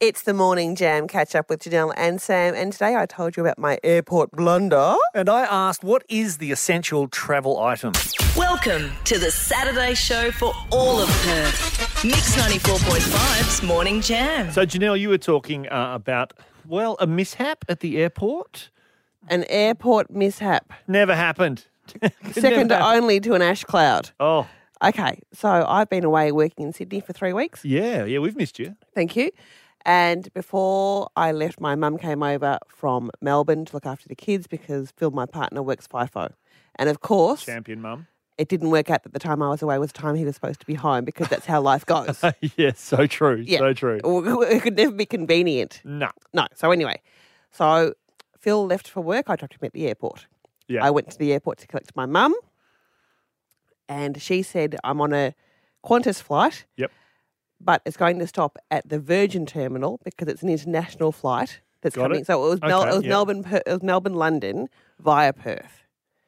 It's the morning jam catch up with Janelle and Sam. And today I told you about my airport blunder. And I asked, what is the essential travel item? Welcome to the Saturday show for all of Perth. Mix 94.5's Morning Jam. So, Janelle, you were talking uh, about, well, a mishap at the airport. An airport mishap, Never happened. Could second never happen. only to an ash cloud. Oh, Okay, so I've been away working in Sydney for three weeks. yeah, yeah, we've missed you. Thank you. And before I left, my mum came over from Melbourne to look after the kids because Phil, my partner, works FIFO. And of course, Champion mum. it didn't work out that the time I was away was the time he was supposed to be home because that's how life goes. yes, so true, so true. It could never be convenient. No, No. So anyway, so Phil left for work. I dropped him at the airport. yeah. I went to the airport to collect my mum, and she said I'm on a Qantas flight. Yep. But it's going to stop at the Virgin terminal because it's an international flight that's Got coming. it. So it was, Mel- Okay, it was yeah. Melbourne, per- it was Melbourne, London via Perth.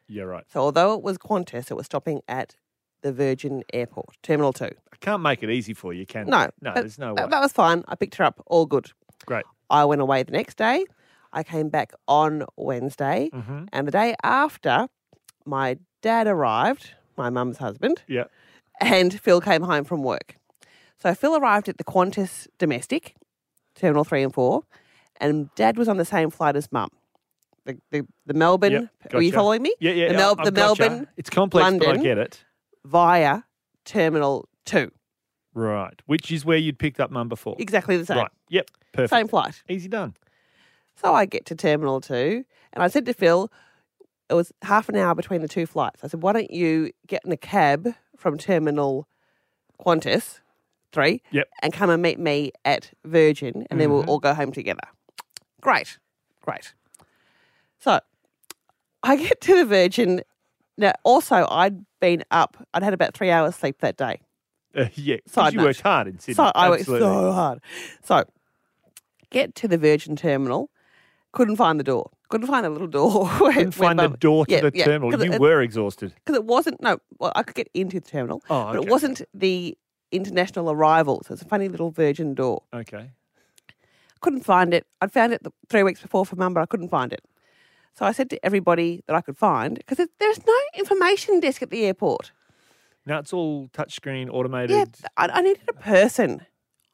yeah, right. So although it was Qantas, it was stopping at the Virgin Airport Terminal Two. I can't make it easy for you, can No, I? No, but- there's no way. That, that was fine. I picked her up. All good. Great. I went away the next day. I came back on Wednesday. Mhm. And the day after, my dad arrived, my mum's husband, Yeah, and Phil came home from work. So Phil arrived at the Qantas domestic, Terminal 3 and 4, and dad was on the same flight as mum. The, the, the Melbourne, Yep, are you gotcha. following me? yeah, yeah. The, yeah, Mel- I've the gotcha. Melbourne It's complex, but I London. get it. via Terminal 2. Right, which is where you'd picked up mum before. Exactly the same. Right. Yep. Perfect. Same flight. Easy done. So I get to Terminal 2, and I said to Phil, it was half an hour between the two flights. I said, why don't you get in a cab from Terminal Qantas 3 Yep. and come and meet me at Virgin, and then we'll all go home together. Great, great. So I get to the Virgin. Now, also, I'd been up, I'd had about three hours sleep that day. Uh, yeah, 'cause Side you note. worked hard in Sydney. So I worked Absolutely. so hard. So get to the Virgin terminal. Couldn't find the door. Couldn't find the little door. couldn't find the door to the terminal. You Because it, were exhausted. 'cause it wasn't. No, well, I could get into the terminal, Oh, but it okay. wasn't the international arrival. So it's a funny little Virgin door. Okay. Couldn't find it. I'd found it the, three weeks before for Mum, but I couldn't find it. So I said to everybody that I could find because there's no information desk at the airport. Now it's all touchscreen automated. Yeah, th- I, I needed a person.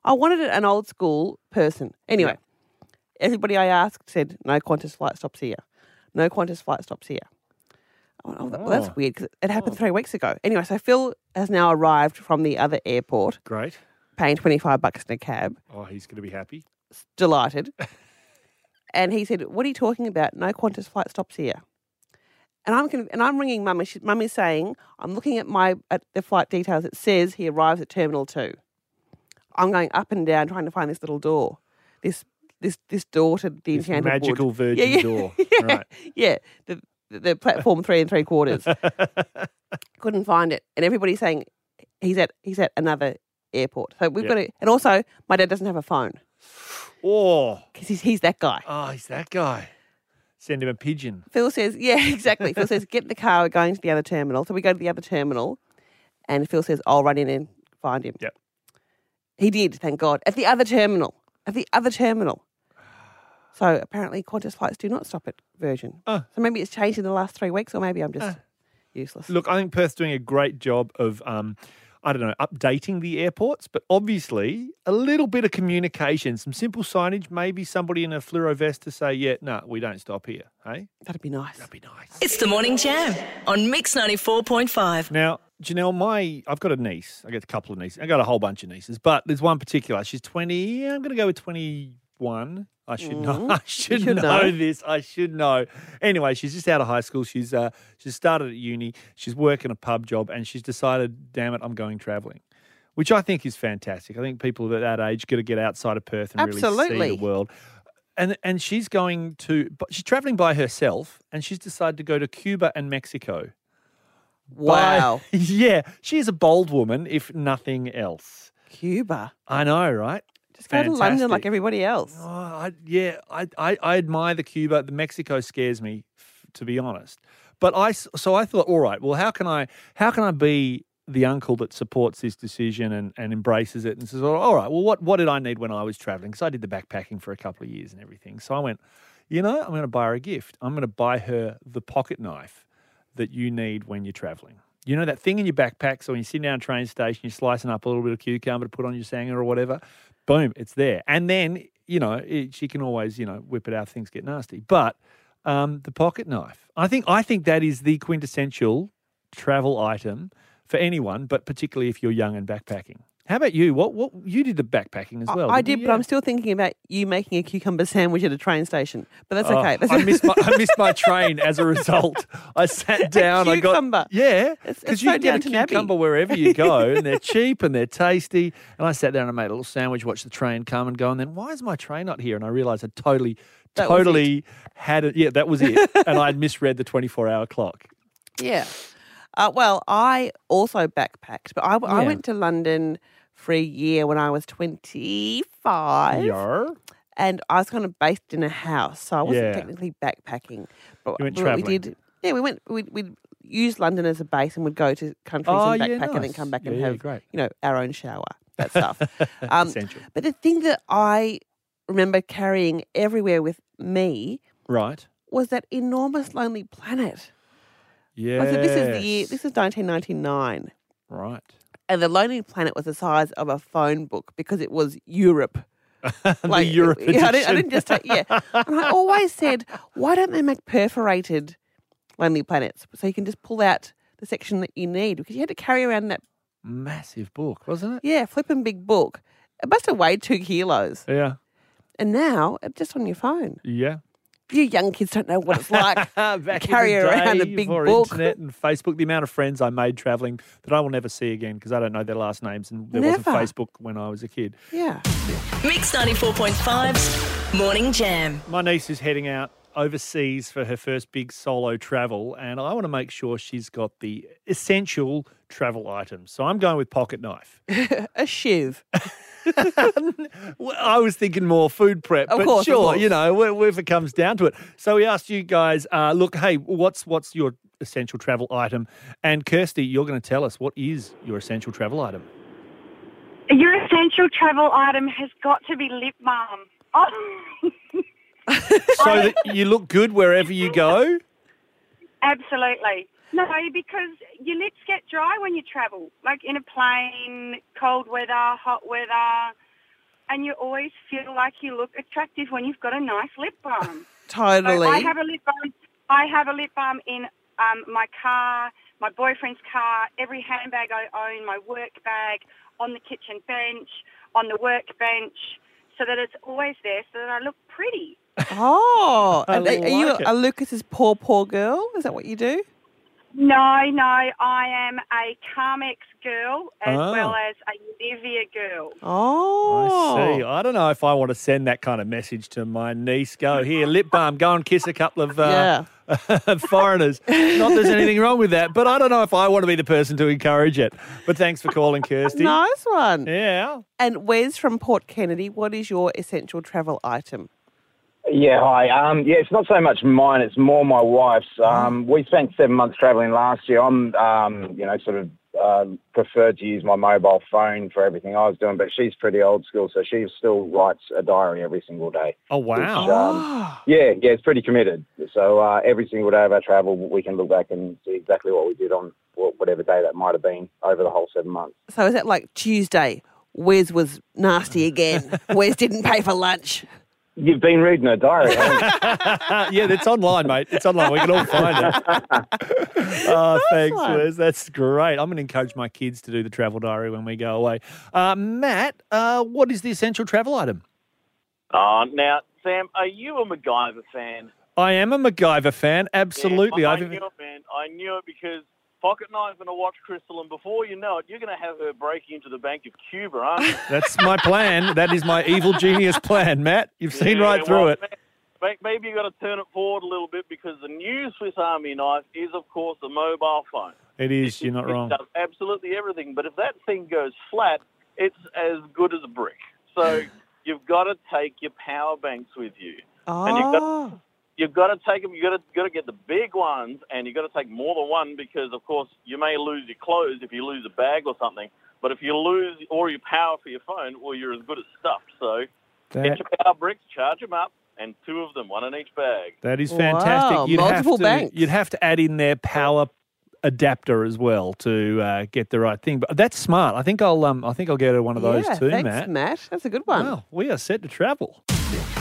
I wanted an old school person. Anyway, everybody I asked said no Qantas flight stops here. No Qantas flight stops here. I went, oh, that- well, Oh. that's weird because it happened three weeks ago. Anyway, so Phil has now arrived from the other airport, Great. paying twenty five bucks in a cab. Oh, he's going to be happy. Delighted. and he said, "What are you talking about? No Qantas flight stops here." And I'm conv- and I'm ringing mum, and she, mum is saying, "I'm looking at my at the flight details. It says he arrives at Terminal Two. I'm going up and down trying to find this little door, this this this door to the This enchanted wood. magical virgin yeah. door. yeah, Right. yeah, the the platform three and three quarters. Couldn't find it, and everybody's saying he's at he's at another airport. So we've Yep. got to, and also my dad doesn't have a phone Oh, because he's he's that guy. oh, he's that guy. Send him a pigeon. Phil says, yeah, exactly. Phil says, get in the car, we're going to the other terminal. So we go to the other terminal, and Phil says, I'll run in and find him. Yep. He did, thank God, at the other terminal. At the other terminal. So apparently, Qantas flights do not stop at Virgin. Oh. So maybe it's changed in the last three weeks, or maybe I'm just useless. Uh. Look, I think Perth's doing a great job of, um, I don't know, updating the airports, but obviously a little bit of communication, some simple signage, maybe somebody in a fluoro vest to say, yeah, no, we don't stop here. Hey, That'd be nice. that'd be nice. It's the Morning Jam on Mix 94.5. Now, Janelle, my I've got a niece. I got a couple of nieces. I got a whole bunch of nieces, but there's one particular. She's 20. I'm going to go with 21. I should know. I should, should know, know. this. I should know. Anyway, she's just out of high school. She's uh, she's started at uni. She's working a pub job, and she's decided, damn it, I'm going traveling. Which I think is fantastic. I think people at that age got to get outside of Perth and really see Absolutely. the world. And and she's going to, but she's traveling by herself, and she's decided to go to Cuba and Mexico. By- Wow. yeah, she is a bold woman, if nothing else. Cuba. I know, right? Just go to London Fantastic. like everybody else. Oh, I, yeah, I, I, I admire the Cuba. The Mexico scares me, f- to be honest. But I s- so I thought, all right, well, how can I how can I be the uncle that supports this decision and, and embraces it and says, well, all right, well, what, what did I need when I was traveling? Because I did the backpacking for a couple of years and everything. So I went, you know, I'm going to buy her a gift. I'm going to buy her the pocket knife that you need when you're traveling. You know that thing in your backpack, so when you sit down at a train station, you're slicing up a little bit of cucumber to put on your sanger or whatever. Boom, it's there. And then you know it, she can always you know whip it out. if Things get nasty, but um, the pocket knife. I think I think that is the quintessential travel item for anyone, but particularly if you're young and backpacking. How about you? What what you did the backpacking as I- well? I didn't did, you? but Yeah. I'm still thinking about you making a cucumber sandwich at a train station. But that's Oh, okay. That's I missed my I missed my train as a result. I sat down. I cucumber. got yeah, It's- because it's you so get a Downton Abbey. cucumber wherever you go, and they're cheap and they're tasty. And I sat down and made a little sandwich, watched the train come and go, and then why is my train not here? And I realised I totally, That was it. totally had it. Yeah, that was it, and I'd misread the twenty four hour clock. Yeah. Uh, well, I also backpacked, but I, w- I Yeah. went to London for a year when I was 25. Yar. And I was kind of based in a house, so I wasn't Yeah. technically backpacking. But You what went we travelling. did, yeah, we went, we'd, we'd use London as a base and we'd go to countries Oh, and yeah, backpack and then nice. come back Yeah, and yeah, have, great. you know, our own shower, that stuff. um, Essential. but the thing that I remember carrying everywhere with me Right. was that enormous Lonely Planet. Yeah. Like, so this is the year, this is 1999. right. And the Lonely Planet was the size of a phone book because it was Europe. the Europe yeah, I, didn't, I edition. didn't just take, yeah. And I always said, why don't they make perforated Lonely Planets so you can just pull out the section that you need? Because you had to carry around that, massive book, wasn't it? yeah, flipping big book. It must have weighed two kilos. Yeah. And now it's just on your phone. Yeah. You young kids don't know what it's like. Back carry in the around day a big before book. internet and Facebook. The amount of friends I made traveling that I will never see again because I don't know their last names and there wasn't Never. Facebook when I was a kid. yeah. Mix 94.5's Morning Jam. My niece is heading out overseas for her first big solo travel, and I want to make sure she's got the essential travel items. So I'm going with pocket knife. A shiv. Well, I was thinking more food prep, Of but course, of sure, you course. know, wh- if it comes down to it. So we asked you guys, uh, look, hey, what's what's your essential travel item? And Kirsty, you're going to tell us what is your essential travel item. Your essential travel item has got to be lip balm. Oh, so that you look good wherever you go. absolutely. No, because your lips get dry when you travel, like in a plane, cold weather, hot weather, and you always feel like you look attractive when you've got a nice lip balm. So Totally. I have a lip balm. I have a lip balm in um, my car, my boyfriend's car, every handbag I own, my work bag, on the kitchen bench, on the workbench, so that it's always there, so that I look pretty. oh. I and are, are you like it. a Lucas's poor, poor girl? Is that what you do? No, no, I am a Carmex girl as Ah. well as a Nivea girl. Oh. I see. I don't know if I want to send that kind of message to my niece. Go here, lip balm. Go and kiss a couple of uh, foreigners. Not there's anything wrong with that, but I don't know if I want to be the person to encourage it. But thanks for calling, Kirsty. Nice one. Yeah. And Wes from Port Kennedy, what is your essential travel item? Yeah, hi. Um, yeah, it's not so much mine; it's more my wife's. Um, we spent seven months travelling last year. I'm, um, you know, sort of uh, preferred to use my mobile phone for everything I was doing, but she's pretty old school, so she still writes a diary every single day. Oh Um, wow. Yeah, yeah, it's pretty committed. So uh, every single day of our travel, we can look back and see exactly what we did on wh- whatever day that might have been over the whole seven months. So is that like Tuesday? Wes was nasty again. Wes didn't pay for lunch. You've been reading her diary. haven't you? Uh, yeah, it's online, mate. It's online. We can all find it. oh, thanks, one. Wes. That's great. I'm going to encourage my kids to do the travel diary when we go away. Uh, Matt, uh, what is the essential travel item? Uh, now, Sam, are you a MacGyver fan? I am a MacGyver fan. Absolutely. Yeah, I, I I've knew it, man. I knew it because Pocket Knife's going to watch Crystal, and before you know it, you're going to have her breaking into the Bank of Cuba, aren't you? That's my plan. That is my evil genius plan, Matt. You've seen Yeah, right through well, it. may- may- Maybe you've got to turn it forward a little bit because the new Swiss Army knife is, of course, the mobile phone. It is. You're not It wrong. does absolutely everything, but if that thing goes flat, it's as good as a brick. So you've got to take your power banks with you. Oh. And you got- you've got to take them. You've got to, got to get the big ones, and you've got to take more than one because, of course, you may lose your clothes if you lose a bag or something. But if you lose all your power for your phone, well, you're as good as stuffed. So That, get your power bricks, charge them up, and two of them, one in each bag. that is fantastic. Wow, you'd multiple have to, banks. You'd have to add in their power adapter as well to uh, get the right thing. But that's smart. I think I'll um I think I'll get her one of those yeah, too, thanks, Matt. That's a good one. Wow, we are set to travel.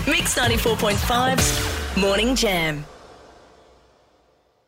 Mix 94.5's Morning Jam.